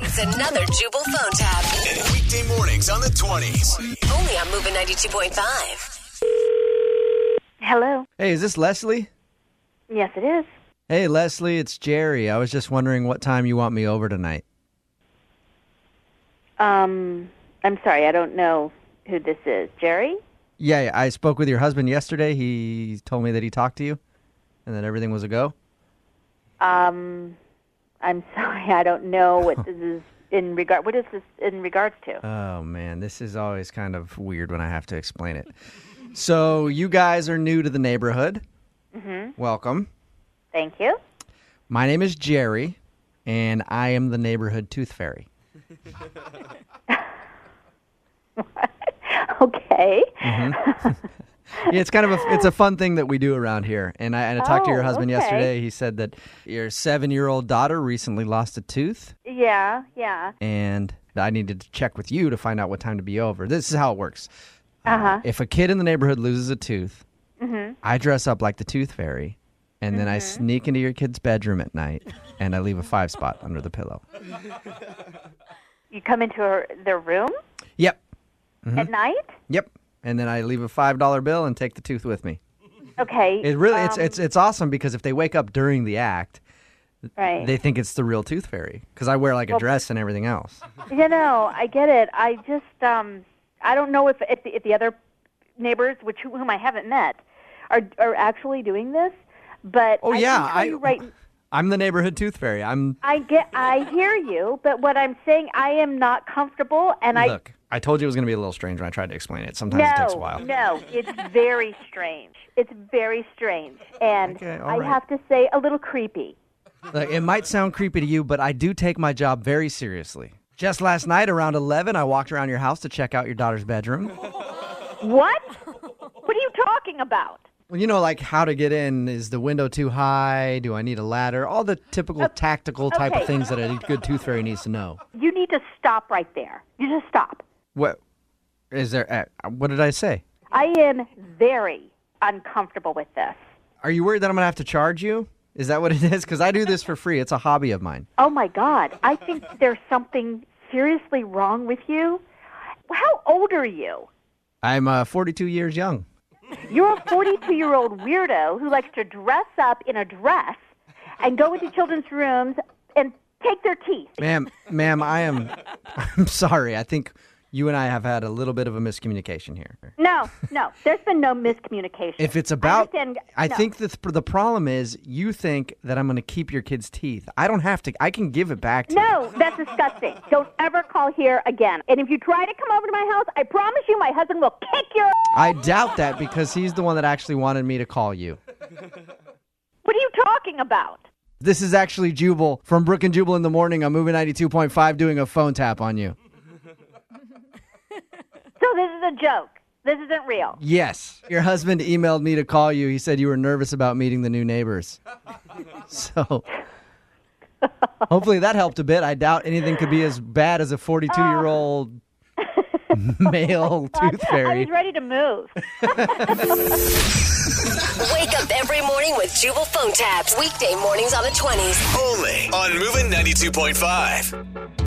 It's another Jubal phone tab. Weekday mornings on the 20s. Only on Moving 92.5. Hello. Hey, is this Leslie? Yes, it is. Hey, Leslie, it's Jerry. I was just wondering what time you want me over tonight. Um, I'm sorry, I don't know who this is. Jerry? Yeah, I spoke with your husband yesterday. He told me that he talked to you and that everything was a go. Um, I'm sorry, I don't know what this is in regard. What is this in regards to? Oh, man, this is always kind of weird when I have to explain it. So, you guys are new to the neighborhood. Mm-hmm. Welcome. Thank you. My name is Jerry, and I am the neighborhood tooth fairy. Okay. Mm. Yeah, it's kind of a it's a fun thing that we do around here. And I, and I talked to your Oh, husband okay. yesterday. He said that your seven year old daughter recently lost a tooth, Yeah, yeah. and I needed to check with you to find out what time to be over. This is how it works. Uh, Uh-huh. if a kid in the neighborhood loses a tooth, Mm-hmm. I dress up like the tooth fairy, and then I sneak into your kid's bedroom at night, and I leave a five spot under the pillow. You come into her, their room Yep, Mm-hmm. at night? yep. And then I leave a five dollar bill and take the tooth with me. Okay. It really it's um, it's it's awesome because if they wake up during the act, right. They think it's the real Tooth Fairy because I wear like a dress and everything else. You know, I get it. I just um I don't know if if the, if the other neighbors, which whom I haven't met, are are actually doing this. But Oh I yeah, can tell I you right. I'm the neighborhood Tooth Fairy. I'm I get, I hear you, but what I'm saying, I am not comfortable, and I look. I told you it was gonna be a little strange when I tried to explain it. Sometimes it takes a no, while. no, it's very strange. It's very strange, and Okay, all I right. have to say, a little creepy. Look, it might sound creepy to you, but I do take my job very seriously. Just last night around 11, I walked around your house to check out your daughter's bedroom. What? what are you talking about? Well, you know, like how to get in. Is the window too high? Do I need a ladder? All the typical tactical type Oh, okay. of things that a good Tooth Fairy needs to know. You need to stop right there. You just stop. What is there? Uh, what did I say? I am very uncomfortable with this. Are you worried that I'm going to have to charge you? Is that what it is? Because I do this for free. It's a hobby of mine. Oh my God, I think there's something seriously wrong with you. How old are you? I'm uh, 42 years young. You're a 42 year old weirdo who likes to dress up in a dress and go into children's rooms and take their teeth. Ma'am, ma'am, I am. I'm sorry. I think you and I have had a little bit of a miscommunication here. No, no, there's been no miscommunication. If it's about, I, understand- I no. think the the problem is you think that I'm going to keep your kid's teeth. I don't have to. I can give it back to you. No, that's disgusting. Don't ever call here again. And if you try to come over to my house, I promise you my husband will kick your. I doubt that because he's the one that actually wanted me to call you. What are you talking about? This is actually Jubal from Brook and Jubal in the morning on Moving 92.5 doing a phone tap on you. So this is a joke. This isn't real. Yes. Your husband emailed me to call you. He said you were nervous about meeting the new neighbors. so hopefully that helped a bit. I doubt anything could be as bad as a 42 year old male tooth I fairy. was ready to move. Wake up every morning with Jubal phone tabs. Weekday mornings on the 20s. Only on Moving 92.5.